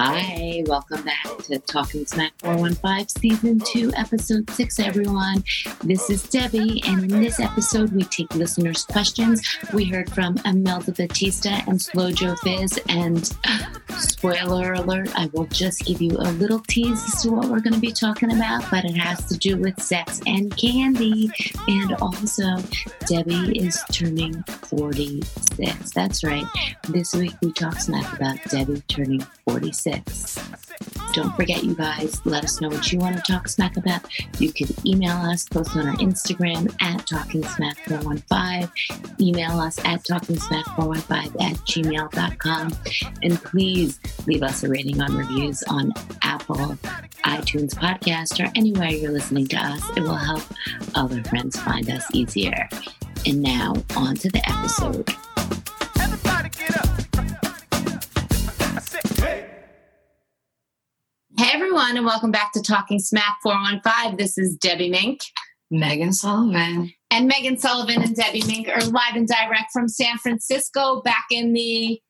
Hi, welcome back to Talking Smack 415, Season 2, Episode 6, everyone. This is Debbie, and in this episode, we take listeners' questions. We heard from Imelda Batista and Slow Joe Fizz, and spoiler alert, I will just give you a little tease as to what we're going to be talking about, but it has to do with sex and candy. And also, Debbie is turning 46. That's right. This week, we talk smack about Debbie turning 46. Don't forget, you guys, let us know what you want to talk smack about. You can email us, post on our Instagram at Talking Smack 415 email us at Talking Smack 415 at gmail.com. And please leave us a rating on reviews on Apple, iTunes Podcast, or anywhere you're listening to us. It will help other friends find us easier. And now, on to the episode. Hey everyone, and welcome back to Talking Smack 415. This is Debbie Mink. Megan Sullivan. And Megan Sullivan and Debbie Mink are live and direct from San Francisco back in the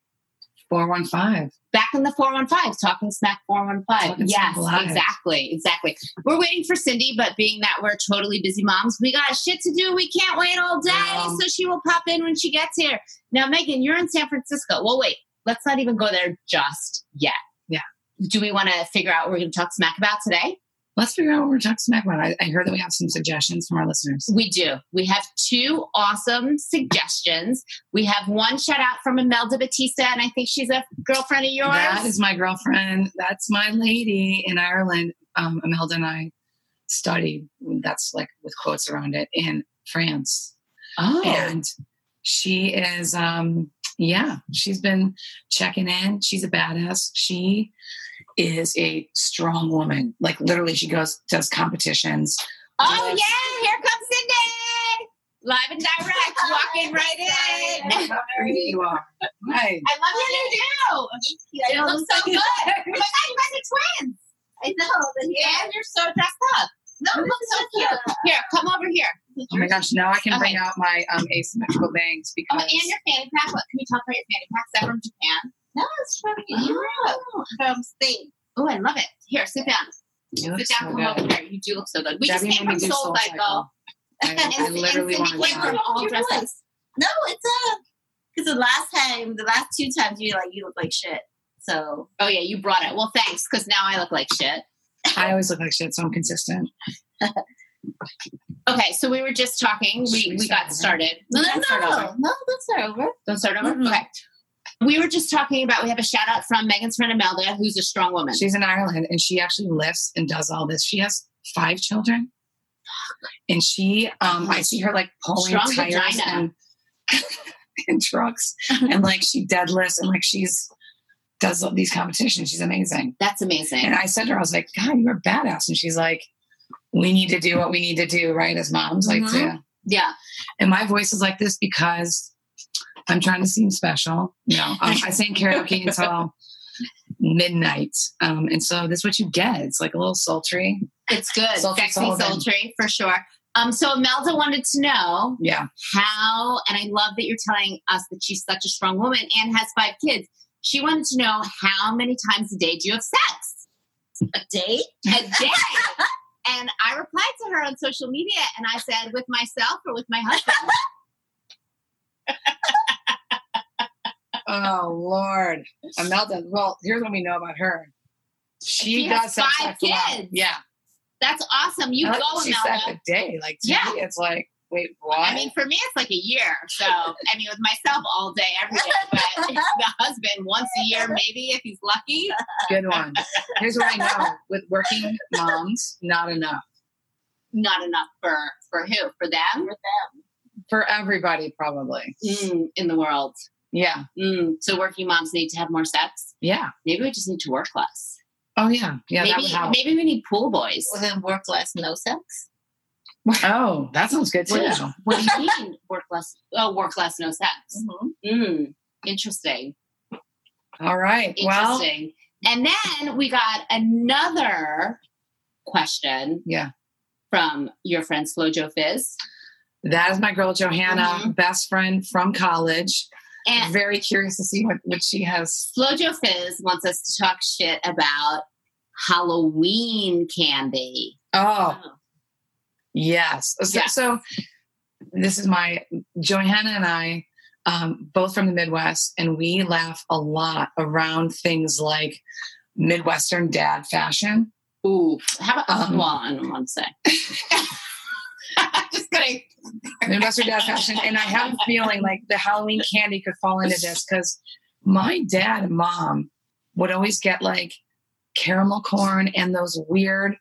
415. back in the 415, talking smack 415. Talking yes, Smack Live. exactly, exactly. We're waiting for Cindy, but being that we're totally busy moms, we got shit to do. We can't wait all day, Yeah. so she will pop in when she gets here. Now, Megan, you're in San Francisco. Well, wait, let's not even go there just yet. Yeah. Do we want to figure out what we're going to talk smack about today? Let's figure out what we're talking smack about. I, I heard that we have some suggestions from our listeners. We do. We have two awesome suggestions. We have one shout out from Imelda Batista, and I think she's a girlfriend of yours. That is my girlfriend. That's my lady in Ireland. Um, Imelda and I studied, that's like with quotes around it, in France. oh, And she is, um, yeah, she's been checking in. She's a badass. She is a strong woman. Like literally, she goes, does competitions. oh yeah! Here comes Cindy, live and direct, walking right in. How pretty you are. Right. I love what you do. I It know, looks so good. Oh my God, you guys are twins, I know. The hair. and you're so dressed up. No, it looks so cute. Yeah. Here, come over here. Oh my gosh, now I can bring Okay. out my um, asymmetrical bangs Oh, because and your fanny pack. What can we talk about your fanny pack? Is that from Japan? No, it's from Europe. Oh, from Spain. Oh, I love it. Here, sit down. you look Sit down, so come good. over here. You do look so good. We Debbie just made came me from do Soul SoulCycle. Cycle. I, I And- literally and want to Cindy came die. from all Your dressed up. voice. No, it's uh because the last time, the last two times, you were like you look like shit. So Oh yeah, you brought it. Well, thanks, because now I look like shit. I always look like shit, so I'm consistent. Okay, so we were just talking. We Should we we start got over? started. no, Don't no, start no, over. no, that's over. Don't start over. Mhm. Okay. We were just talking about we have a shout out from Megan's friend Amelda, who's a strong woman. She's in Ireland and she actually lives and does all this. She has five children. And she, um, I see her like pulling Strong tires vagina. and, and trucks and like she deadlifts and like she's does all these competitions. She's amazing. That's amazing. And I said to her, I was like, God, you're a badass. And she's like, we need to do what we need to do, right? As moms, like Mhm. to Yeah. and my voice is like this because I'm trying to seem special. No, um, I sang karaoke until midnight, um, and so this is what you get. It's like a little sultry. It's good. Sultry Sexy Sullivan. sultry for sure. Um, so Amelda wanted to know Yeah, how, and I love that you're telling us that she's such a strong woman and has five kids. She wanted to know how many times a day do you have sex? A date? A day. and I replied to her on social media and I said, with myself or with my husband? Oh Lord, Imelda. Well, here's what we know about her. She, She got has sex five after a while. kids. Yeah, That's awesome. You I like go, that she said Amelda. the day. Like, to Yeah. me, it's like, wait, what? I mean, for me, it's like a year. So, I mean, with myself all day, every day, but the husband once a year, maybe if he's lucky. Good one. Here's what I know: with working moms, not enough Not enough for for who? For them for everybody, probably. mm, in the world. Yeah, Mm, so working moms need to have more sex. yeah. Maybe we just need to work less. Oh yeah, yeah. that would maybe help. maybe we need pool boys. Well, then work less, no sex. Oh, that sounds good too. Yeah. What do you mean work less? Oh, work less, no sex. Mm-hmm. Mm, interesting. All right. Well, Interesting. and then we got another question yeah. from your friend Slow Joe Fizz. Mm-hmm. That is my girl Johanna, best friend from college. And very curious to see what, what she has. Flojo Fizz wants us to talk shit about Halloween candy. Oh, yes. So, Yes. so this is my Johanna and I, um, both from the Midwest, and we laugh a lot around things like Midwestern dad fashion. Ooh, how about Um, well, I don't want to say. I'm just kidding. Midwestern dad fashion. And I have a feeling like the Halloween candy could fall into this because my dad and mom would always get like caramel corn and those weird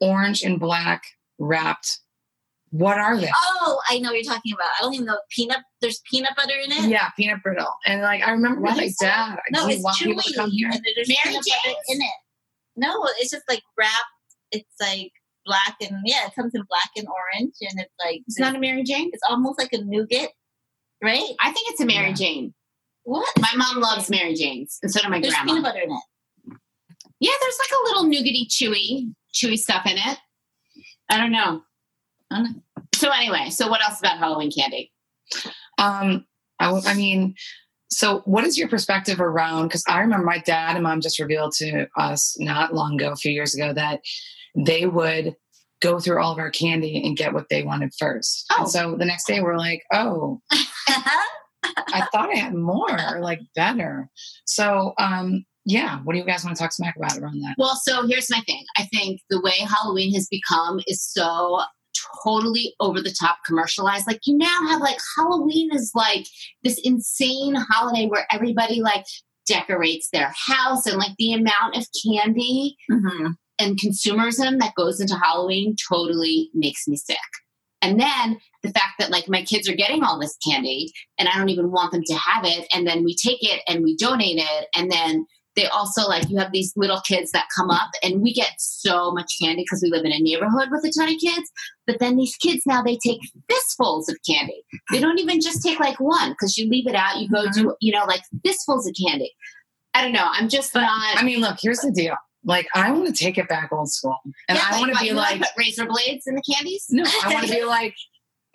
orange and black wrapped. What are they? Oh, I know what you're talking about. I don't even know peanut. There's peanut butter in Mm-hmm. it. Yeah, peanut brittle. And like I remember What my is that? dad, No, do you it's want people to chewy. come here? And there's Mary peanut butter Jane's? in it. No, it's just like wrapped. It's like black and yeah, it comes in black and orange, and it's like It's not a Mary Jane. It's almost like a nougat, right? I think it's a Mary Yeah. Jane. What? My mom loves Mary Janes, and so do my There's grandma. peanut butter in it. Yeah, there's like a little nougaty, chewy, chewy stuff in it. I don't know. I don't know. So anyway, so what else about Halloween candy? Um, I, w- I mean, so what is your perspective around? Because I remember my dad and mom just revealed to us not long ago, a few years ago, that they would go through all of our candy and get what they wanted first. Oh. And so the next day we're like, oh, I thought I had more, like better. So, um, yeah, what do you guys want to talk smack about around that? Well, so here's my thing. I think the way Halloween has become is so totally over the top commercialized. Like you now have like Halloween is like this insane holiday where everybody like decorates their house and like the amount of candy Mhm. and consumerism that goes into Halloween totally makes me sick. And then the fact that like my kids are getting all this candy and I don't even want them to have it. And then we take it and we donate it. And then they also like you have these little kids that come up and we get so much candy because we live in a neighborhood with a ton of kids. But then these kids now they take fistfuls of candy. They don't even just take like one because you leave it out, you go do, you know, like fistfuls of candy. I don't know. I'm just not I mean, look, here's the deal. Like, I want to take it back old school, and Yeah, I want to what, be you wanna like, put razor blades in the candies. no, I want to be like,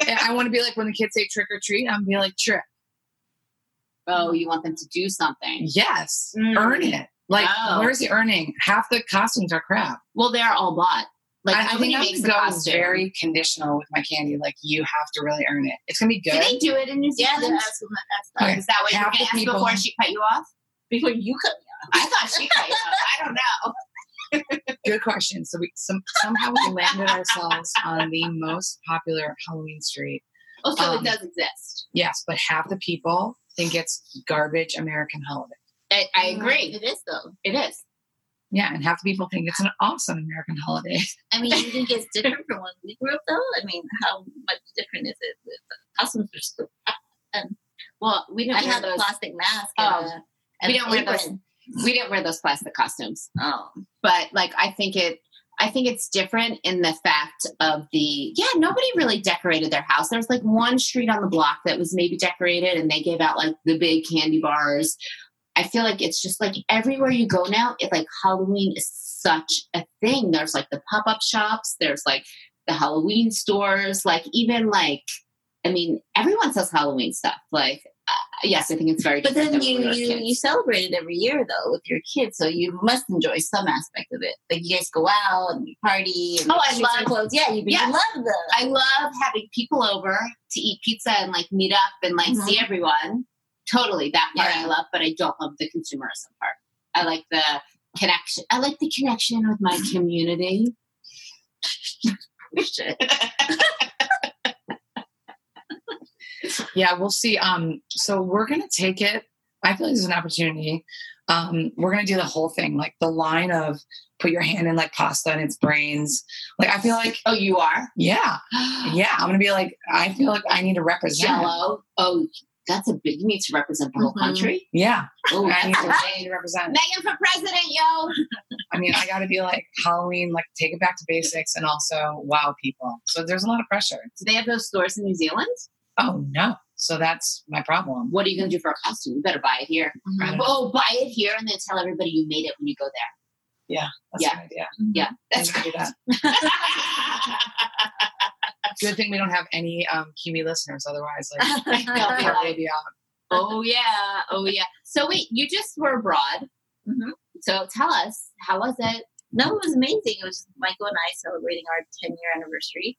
I want to be like when the kids say trick or treat, I'm be like trick. Oh, you want them to do something. Yes, Mm. earn it. Like, Oh. where's the earning? Half the costumes are crap. Well, they're all bought. Like I, I nobody think I'm makes the gonna go costume. very conditional with my candy. Like, you have to really earn it. It's gonna be do good. they do it in New Yeah, Zealand? Oh, they're asking that- that's Okay. Is that what you were Half going to the ask people- before she cut you off? before you could. I thought she cut you off. I don't know. Good question. So we some, somehow we landed ourselves on the most popular Halloween street. Oh, so Um, it does exist. Yes, but half the people think it's garbage American holiday. I, I agree. Mm-hmm. It is though. It is. Yeah, and half the people think it's an awesome American holiday. I mean, you think it's different from when we grew up though? I mean, how much different is it? The costumes are still. Well, we I didn't wear had a those. plastic mask. Oh. and a- and We a don't wear those. apron. We didn't wear those plastic costumes. Um, Oh, but like I think it I think it's different in the fact of the yeah, nobody really decorated their house. There was like one street on the block that was maybe decorated and they gave out like the big candy bars. I feel like it's just like everywhere you go now, it like Halloween is such a thing. There's like the pop-up shops, there's like the Halloween stores, like even like I mean, everyone sells Halloween stuff. Like uh, yes, I think it's very but different than then when you we were you, kids. you celebrate it every year though with your kids, so you must enjoy some aspect of it. Like you guys go out and you party. And Oh, I shoot some love- clothes. Yeah, you, Yeah. you love them. I love having people over to eat pizza and like meet up and like Mm-hmm. see everyone. Totally, that part I Yeah. love, but I don't love the consumerism part. I like the connection. I like the connection with my community. Yeah, we'll see. Um, so we're gonna take it. I feel like there's an opportunity. Um, we're gonna do the whole thing, like the line of put your hand in like pasta and its brains. Like I feel like, Oh, you are yeah, yeah. I'm gonna be like, I feel like I need to represent. Jello. Oh, that's a big. You need to represent the whole Mm-hmm. Mhm. country. Yeah, Oh, I need, that's to, a- I need to represent. Megan for president, yo. I mean, I gotta be like Halloween, like take it back to basics, and also wow people. So there's a lot of pressure. Do they have those stores in New Zealand? Oh no, so that's my problem. What are you going to do for a costume? You better buy it here. I don't know. Oh, buy it here and then tell everybody you made it when you go there. That's Yeah. an idea. Yeah, Let's do that. Good thing we don't have any um, Kiwi listeners, otherwise, like. I know, Our right? baby out. oh yeah, oh yeah. So wait, you just were abroad. Mhm. So tell us, how was it? No, it was amazing. It was Michael and I celebrating our 10 year anniversary.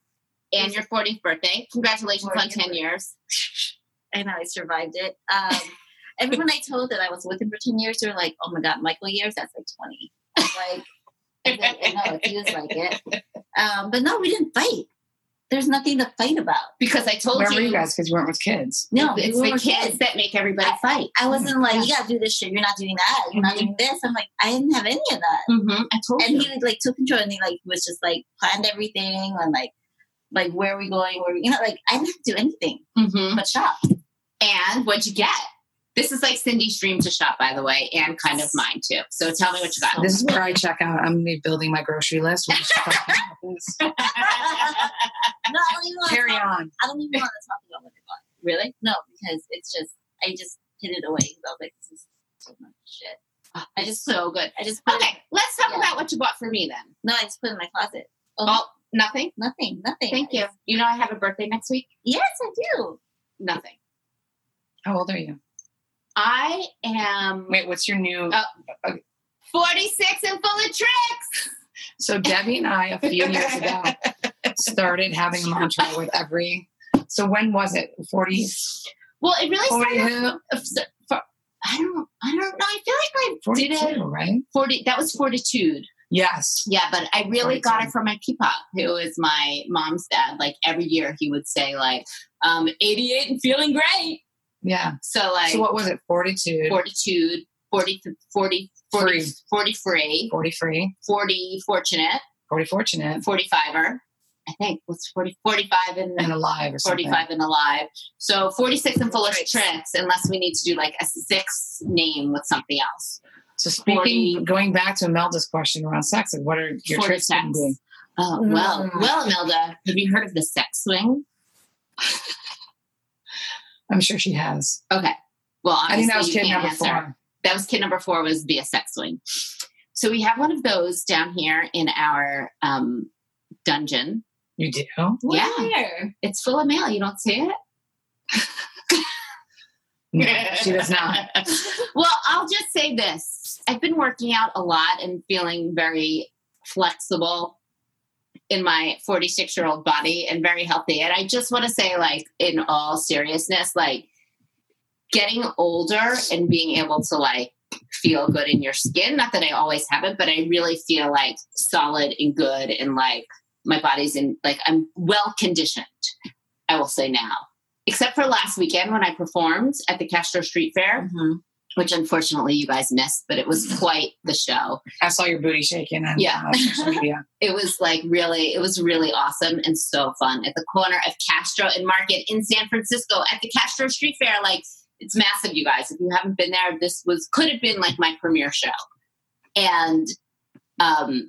And your 40th birthday. Congratulations on 40th 10 years. and I survived it. Um, everyone I told that I was with him for 10 years, they were like, oh my God, Michael years, that's like 20. Like, I was like, no, it feels like it. Um, but no, we didn't fight. There's nothing to fight about. Because I told Where were you, you guys? Because you weren't with kids. No, it's we the were kids that make everybody fight. I wasn't like, you gotta do this shit. You're not doing that. You're not doing this. I'm like, I didn't have any of that. Mm-hmm. I told And you. he like took control and he like was just like planned everything and like, like where are we going? Where we, you know, like I didn't have to do anything Mhm. but shop. And what'd you get? This is like Cindy's dream to shop, by the way, and kind of mine too. So tell me what you got. This is where I check out. I'm gonna be building my grocery list. We'll just talk about this. No, I don't even want to Carry on. I don't even want to talk about what I bought. Really? No, because it's just I just hid it away. 'cause I was like, this is so much shit. I just so good. I just put it, Okay, let's talk Yeah. about what you bought for me then. no, I just put it in my closet. Oh, Oh, nothing. nothing, nothing. Thank you. You know I have a birthday next week. Yes, I do. Nothing. How old are you? I am Wait, what's your new? Uh, 46 and full of tricks. So Debbie and I a few years ago started having a mantra with every. So when was it? Forty. Well, it really Forty started. who? I don't. I don't know. I feel like I Forty did it. two, right? Forty. That was fortitude. Yes. Yeah, but I really got 42. it from my peepop, who is my mom's dad. Like every year, he would say like, um, "88 and feeling great." Yeah. So like So what was it? Forty two. fortitude, 40, 40, 40, Free. 40 free, Forty free. 40 fortunate, Forty fortunate 45er. I think what's 40, 45 and and alive or something. 45 and alive. So 46 and full of Tricks. tricks, unless we need to do like a six name with something else. So speaking, going back to Imelda's question around sex, like what are your 40 tricks? gonna sex. be? Oh, well, Mm. well, Imelda, have you heard of the sex swing? I'm sure she has. Okay. Well, I think that was obviously you kid can't number answer. four. That was kid number four was be a sex swing. So we have one of those down here in our um, dungeon. You do? Yeah. Where? It's full of mail. You don't see it? No, she does not. Well, I'll just say this. I've been working out a lot and feeling very flexible in my 46 year old body and very healthy. And I just want to say, like, in all seriousness, like, getting older and being able to, like, feel good in your skin. Not that I always have it, but I really feel like solid and good and like my body's in, like, I'm well conditioned, I will say now. Except for last weekend when I performed at the Castro Street Fair which unfortunately you guys missed, but it was quite the show. I saw your booty shaking on Yeah. uh, social media. It was like really, it was really awesome and so fun at the corner of Castro and Market in San Francisco at the Castro Street Fair. Like it's massive, you guys. If you haven't been there, this was could have been like my premiere show, and um,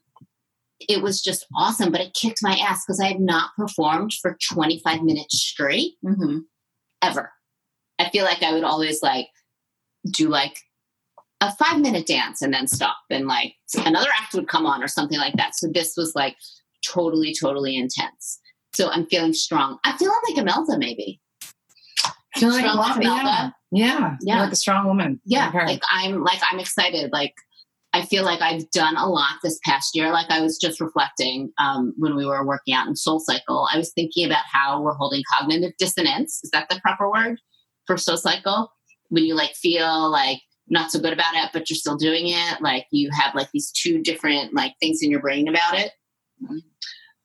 it was just awesome. But it kicked my ass because I had not performed for 25 minutes straight. Mm-hmm. ever. I feel like I would always like do like a five minute dance and then stop and like another act would come on or something like that. So this was like totally, totally intense. So I'm feeling strong. I'm feeling like Imelda maybe. Feel like Strong a lot- like yeah. Imelda. Yeah. Yeah. Like a strong woman. Yeah. Like her. Like I'm like I'm excited. Like I feel like I've done a lot this past year. Like I was just reflecting um, when we were working out in Soul Cycle. I was thinking about how we're holding cognitive dissonance. Is that the proper word for Soul Cycle? When you like feel like not so good about it, but you're still doing it. Like you have like these two different like things in your brain about it.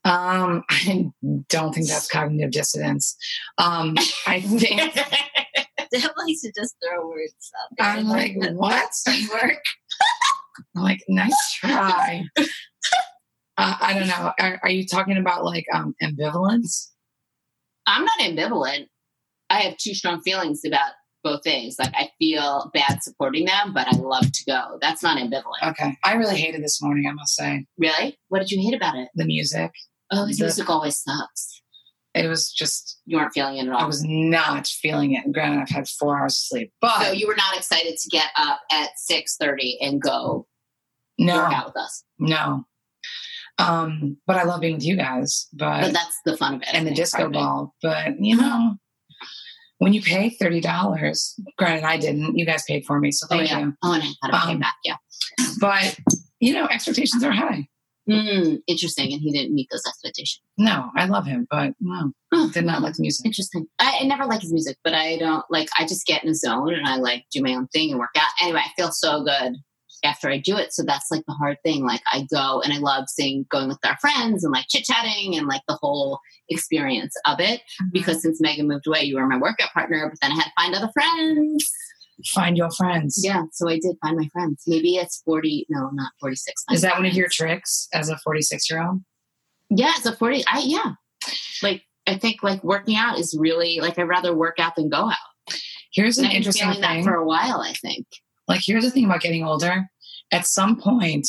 Um, I don't think that's cognitive dissonance. Um, I think Definitely should just throw words out there. I'm like, what? work. I'm like, nice try. Uh, I don't know. Are, are you talking about like um, ambivalence? I'm not ambivalent. I have two strong feelings about both things. Like I feel bad supporting them, but I love to go. That's not ambivalent. Okay. I really hated this morning, I must say. Really? What did you hate about it? The music. Oh, his The- music always sucks. It was just, You weren't feeling it at all. I was not feeling it. Granted, I've had four hours of sleep, but so you were not excited to get up at six thirty and go work no, out with us. no. Um, but I love being with you guys, but, But that's the fun of it. and the That's part disco of it. ball, but you know, when you pay thirty dollars, granted I didn't, you guys paid for me, so Oh, thank yeah. you. Oh, and I had to pay Um, back. Yeah. But you know, expectations are high. Mm, interesting. And he didn't meet those expectations. No, I love him, but no, did Oh, not like the music. Interesting. I, I never like his music, but I don't like. I just get in a zone and I like do my own thing and work out. Anyway, I feel so good after I do it. So that's like the hard thing. Like I go and I love seeing going with our friends and like chit chatting and like the whole experience of it. Mm-hmm. Because since Megan moved away, you were my workout partner, but then I had to find other friends. Find your friends. Yeah, so I did find my friends. Maybe it's forty. No, not forty six. Is that one of your tricks as a forty six year old? Yeah, it's a forty. I yeah, like I think like working out is really like I'd rather work out than go out. Here's an I've been interesting feeling that thing. for a while. I think. like here's the thing about getting older at some point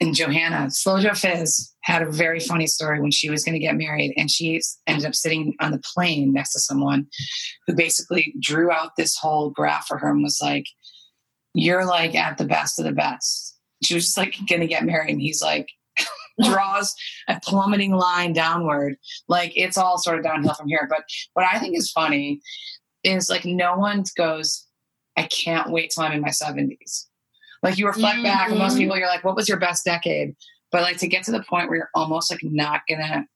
and johanna slow joe fizz had a very funny story when she was going to get married and she s- ended up sitting on the plane next to someone who basically drew out this whole graph for her and was like you're like at the best of the best she was just like going to get married and he's like draws a plummeting line downward like it's all sort of downhill from here but what i think is funny is like no one goes I can't wait till I'm in my 70s. Like you reflect back, and most Mhm. people, you're like, what was your best decade? But like to get to the point where you're almost like not gonna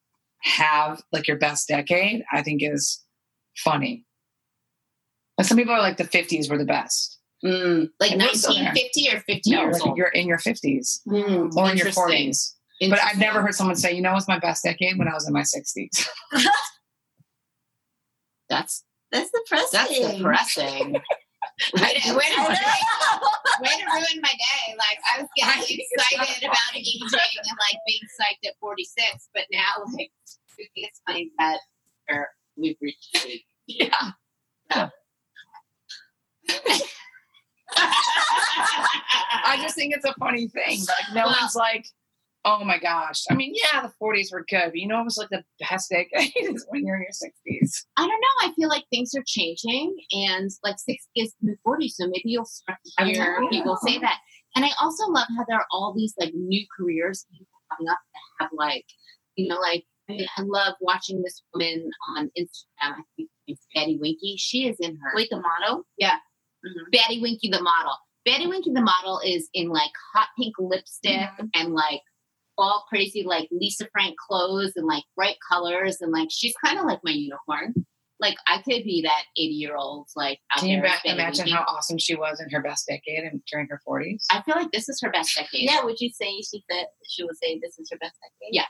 have like your best decade, I think is funny. Like some people are like the 50s were the best. Mm, like I think so, yeah. nineteen fifty or fifty No, years like old. you're in your 50s Mm, or in your interesting. 40s. But I've Interesting. never heard someone say, you know, what's my best decade when I was in my 60s. That's That's depressing. that's depressing. way, to, way, to, I know. way to ruin my day. Like I was getting excited about aging and like being psyched at forty six, but now like we can explain that or we've reached. the- yeah. I just think it's a funny thing. Like no Well- one's like, oh my gosh. I mean, yeah, the forties were good, but you know it was like the best decade is when you're in your sixties. I don't know. I feel like things are changing, and like sixty is the new forty, so maybe you'll start to I hear know. people say that. And I also love how there are all these like new careers coming up that have like, you know, like I, mean, I love watching this woman on Instagram. I think it's Betty Winky. She is in her Wait, the motto? Mm-hmm. Betty Winky the model. Betty Winky the model is in like hot pink lipstick Mm-hmm. and like all crazy like Lisa Frank clothes and like bright colors and like she's kind of like my unicorn. Like I could be that eighty year old like out Can you there. as ima- Betty imagine Winky. how awesome she was in her best decade and during her forties? I feel like this is her best decade. Yeah, would you say she said she would say this is her best decade? Yeah.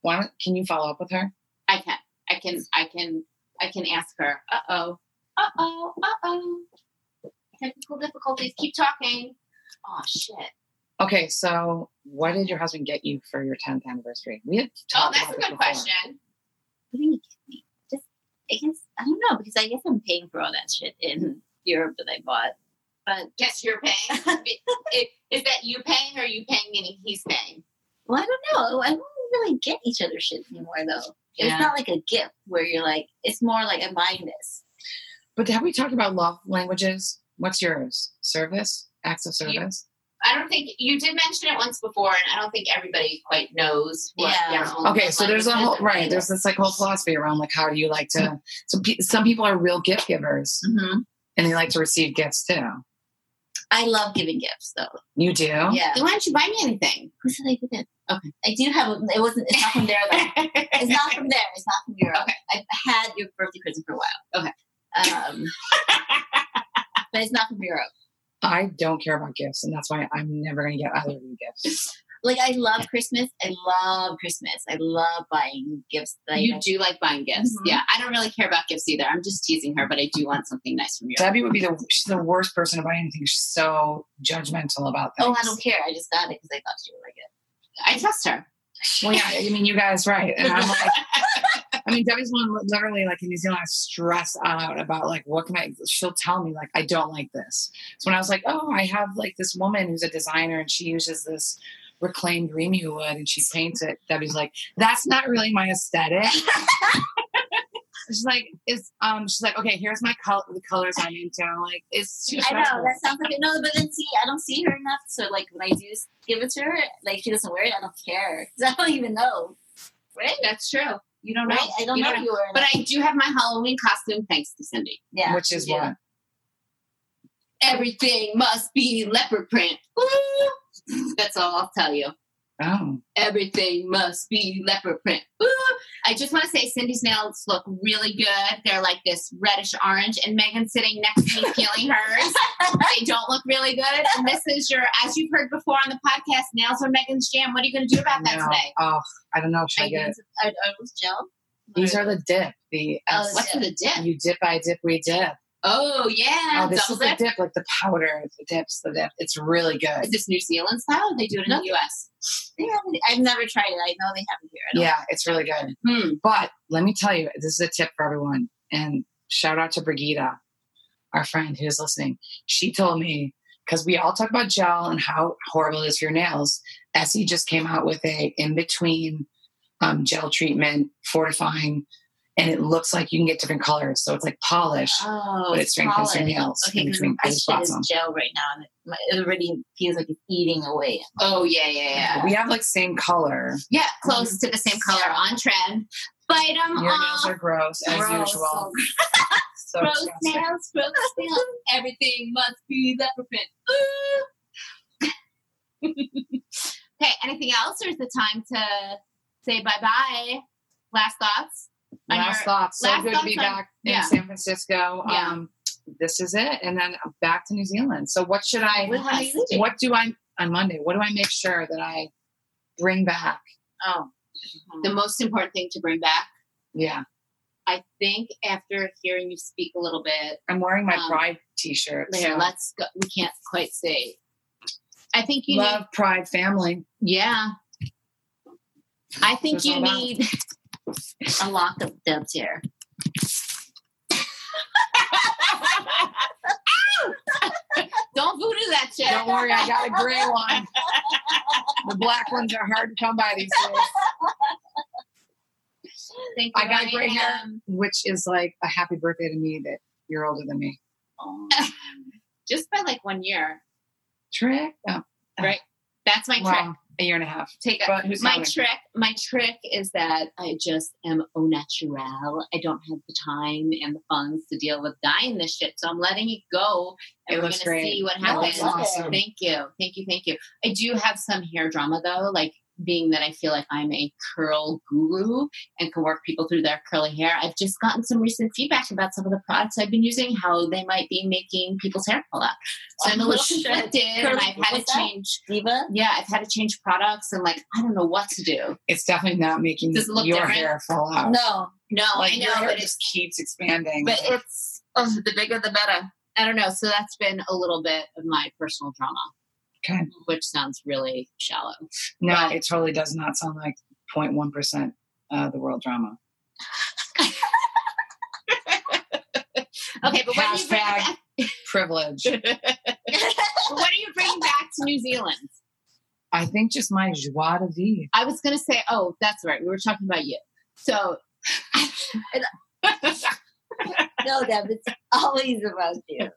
Why don't can you follow up with her? I can. I can. I can. I can ask her. Uh oh. Uh oh. Uh oh. Technical difficulties. Keep talking. Oh shit. Okay, so what did your husband get you for your tenth anniversary? We had Oh, talked that's about a this good before. question. What do you mean? Just I guess I don't know because I guess I'm paying for all that shit in Europe that I bought. But Yes, you're paying. is, is that you paying or you paying meaning he's paying? well, I don't know. I don't really get each other shit anymore though. Yeah. It's not like a gift where you're like it's more like I'm buying this. But have we talked about love languages? What's yours? Service? Acts of You- service? I don't think you did mention it once before, and I don't think everybody quite knows what Yeah. their own Okay, love so there's a language whole is. right. There's this like whole philosophy around like how do you like to? So pe- some people are real gift givers Mm-hmm. and they like to receive gifts too. I love giving gifts though. You do? Yeah. Yeah. Then why don't you buy me anything? Who said I didn't? Okay. I do have. A, it wasn't. It's not from there though. It's not from there. It's not from Europe. I've had your birthday present for a while. Okay. Um, but it's not from Europe. I don't care about gifts, and that's why I'm never going to get either of you gifts. Like I love Christmas. I love Christmas. I love buying gifts. That I you do like buying gifts. Mhm. Yeah, I don't really care about gifts either. I'm just teasing her, but I do want something nice from you. Debbie would be the she's the worst person about anything. She's so judgmental about things. Oh, I don't care. I just got it because I thought you would like it. I trust her. Well, yeah, I mean, you guys, right? And I'm like, I mean, Debbie's one li- literally like in New Zealand. I stress out about like what can I? She'll tell me like I don't like this. So when I was like, oh, I have like this woman who's a designer and she uses this reclaimed Remu wood and she paints it. Debbie's like, that's not really my aesthetic. she's like, it's um, she's like, okay, here's my color, the colors I'm into. I'm like, it's too I know stressful. that sounds like it. No, but then see, I don't see her enough. So like when I do s- give it to her, like she doesn't wear it. I don't care. 'Cause I don't even know. Right? That's true. You don't know. Right? I don't You know don't you were. But I do have my Halloween costume thanks to Cindy. yeah. Which is yeah. what? Everything must be leopard print. Woo! That's all I'll tell you. Oh, Everything must be leopard print. Woo! I just want to say Cindy's nails look really good. They're like this reddish orange, and Megan's sitting next to me peeling hers. they don't look really good. And this is your, as you've heard before on the podcast, nails are Megan's jam. What are you going to do about that no. today? Oh, I don't know if Are I you get going it. to are, are those gel? These are the dip. The Oh, What's for the dip? you dip, I dip, we dip. Oh yeah, Oh, this double is the dip, like the powder, the dips, the dip. It's really Is good. this New Zealand style? Or they do it in the U.S. They haven't- I've never tried it. I know they haven't here. at all. Yeah, it's really good. Hmm. But let me tell you, this is a tip for everyone. And shout out to Brigida, our friend who's listening. She told me, because we all talk about gel and how horrible it is for your nails. Essie just came out with a in between um, gel treatment, fortifying, and it looks like you can get different colors. So it's like polish, Oh, but it strengthens your solid. nails. Okay, in because between. I my just shit bought is some. gel right now, and it, my, it already feels like it's eating away. Oh yeah, yeah, yeah. We have like same color. Yeah, close to the same color on trend. Bite them Your nails off. are gross as Gross. usual. So Gross disgusting. nails, gross nails. Everything must be leopard print. Ooh. okay, anything else, or is it time to say bye bye? Last thoughts. on Last your- thoughts. So last good to be thoughts on- back in yeah. San Francisco. Yeah. Um, this is it, and then back to New Zealand. So what should I? When are you leaving? What do I on Monday? What do I make sure that I bring back? Oh, The most important thing to bring back, Yeah, I think, after hearing you speak a little bit I'm wearing my Um, Pride T-shirt. There, so let's go. We can't quite say. I think you love Pride family. need. Yeah. I think That's you all that. need. a lock of Deb's hair. Don't voodoo that shit. Don't worry, I got a gray one. the black ones are hard to come by these days, Think I got right, gray hair. um, which is like a happy birthday to me that you're older than me. Oh. just by like one year. Trick? Oh, That's my trick. wow, a year and a half. Take a, But who's my counting? trick. My trick is that I just am au naturel. I don't have the time and the funds to deal with dyeing this shit, so I'm letting it go. And It we're looks gonna great. see what No, I happens. love it. Awesome. Thank you. Thank you. Thank you. I do have some hair drama though, like being that I feel like I'm a curl guru and can work people through their curly hair. I've just gotten some recent feedback about some of the products I've been using, how they might be making people's hair fall out. So I'm a Oh, little shit. conflicted and Curly- I've had what's to that? change. Diva? Yeah, I've had to change products and like I don't know what to do. It's definitely not making Does it look your different? hair fall out. No. No, like I your know, hair but it's just keeps expanding. but it's oh, the bigger the better. I don't know. So that's been a little bit of my personal drama, okay. which sounds really shallow. No, Right. it totally does not sound like 0.1 percent uh, the world drama. Okay, but when you bring Hashtag back, Privilege. what are you bringing back to New Zealand? I think just my joie de vivre. I was gonna say, oh, that's right. We were talking about you. So No, Deb, it's always about you.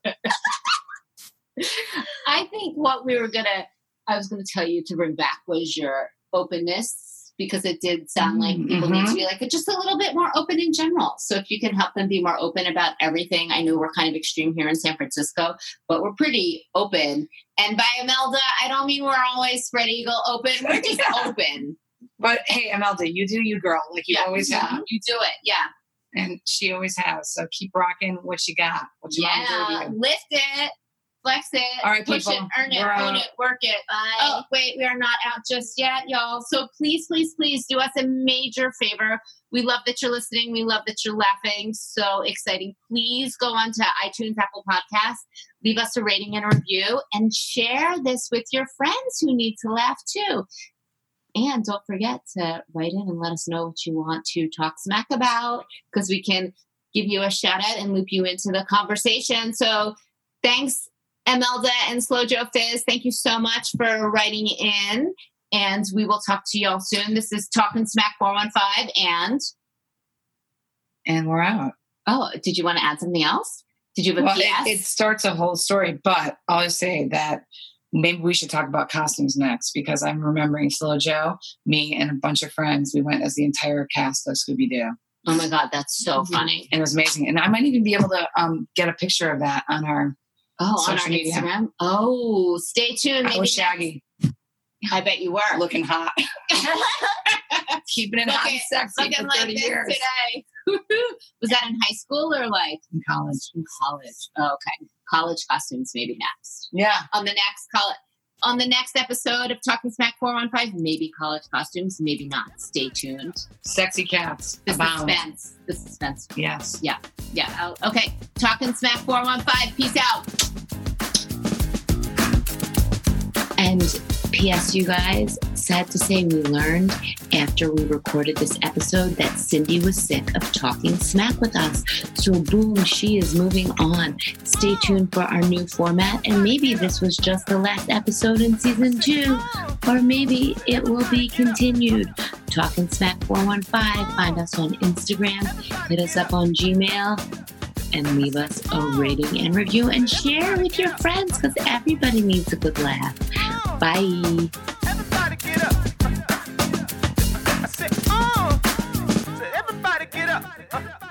I think what we were gonna, I was gonna tell you to bring back was your openness because it did sound like Mm, people need mm-hmm. to be like just a little bit more open in general. So if you can help them be more open about everything, I know we're kind of extreme here in San Francisco, but we're pretty open. And by Imelda, I don't mean we're always spread eagle open. We're just open. But hey, MLD, you do you, girl. Like you Yeah. always have, You do it, yeah. and she always has. So keep rocking what you got. What you Yeah, want lift it, flex it, All right, push people, it, earn it, we're own out. it, work it. Bye. Oh, wait, we are not out just yet, y'all. So please, please, please do us a major favor. We love that you're listening. We love that you're laughing. So exciting. Please go on to iTunes, Apple Podcasts, leave us a rating and a review, and share this with your friends who need to laugh too. And don't forget to write in and let us know what you want to talk smack about because we can give you a shout out and loop you into the conversation. So thanks Emelda and Slow Joe Fizz, thank you so much for writing in. And we will talk to y'all soon. This is Talking Smack 415. And, to do. And we're out. oh, did you want to add something else? Did you have a Well, PS? it, it starts a whole story, but I'll just say that maybe we should talk about costumes next because I'm remembering Slow Joe, me, and a bunch of friends. We went as the entire cast of Scooby Doo, Oh my god, that's so Mhm. funny. and it was amazing. And I might even be able to um, get a picture of that on our. Oh, on Social our media. Instagram. Oh, stay tuned. I Maybe was Shaggy, I bet you were looking hot, keeping it hot and sexy looking for like thirty this years today. Was that in high school or like in college. in college? Oh, okay, college costumes maybe next Yeah, on the next college. On the next episode of Talking Smack 415, maybe college costumes, maybe not. Stay tuned. sexy cats The abound. suspense. The suspense. Yes. Yeah. I'll- Okay. Talking Smack 415. Peace out. And P.S., you guys, sad to say, we learned after we recorded this episode that Cindy was sick of talking smack with us. So, boom, she is moving on. Stay tuned for our new format. And maybe this was just the last episode in season two, or maybe it will be continued. Talking Smack 415. Find us on Instagram, hit us up on Gmail. And leave us a rating and review and share with your friends because everybody needs a good laugh. Bye. Everybody get up. I said, oh. I said, everybody get up.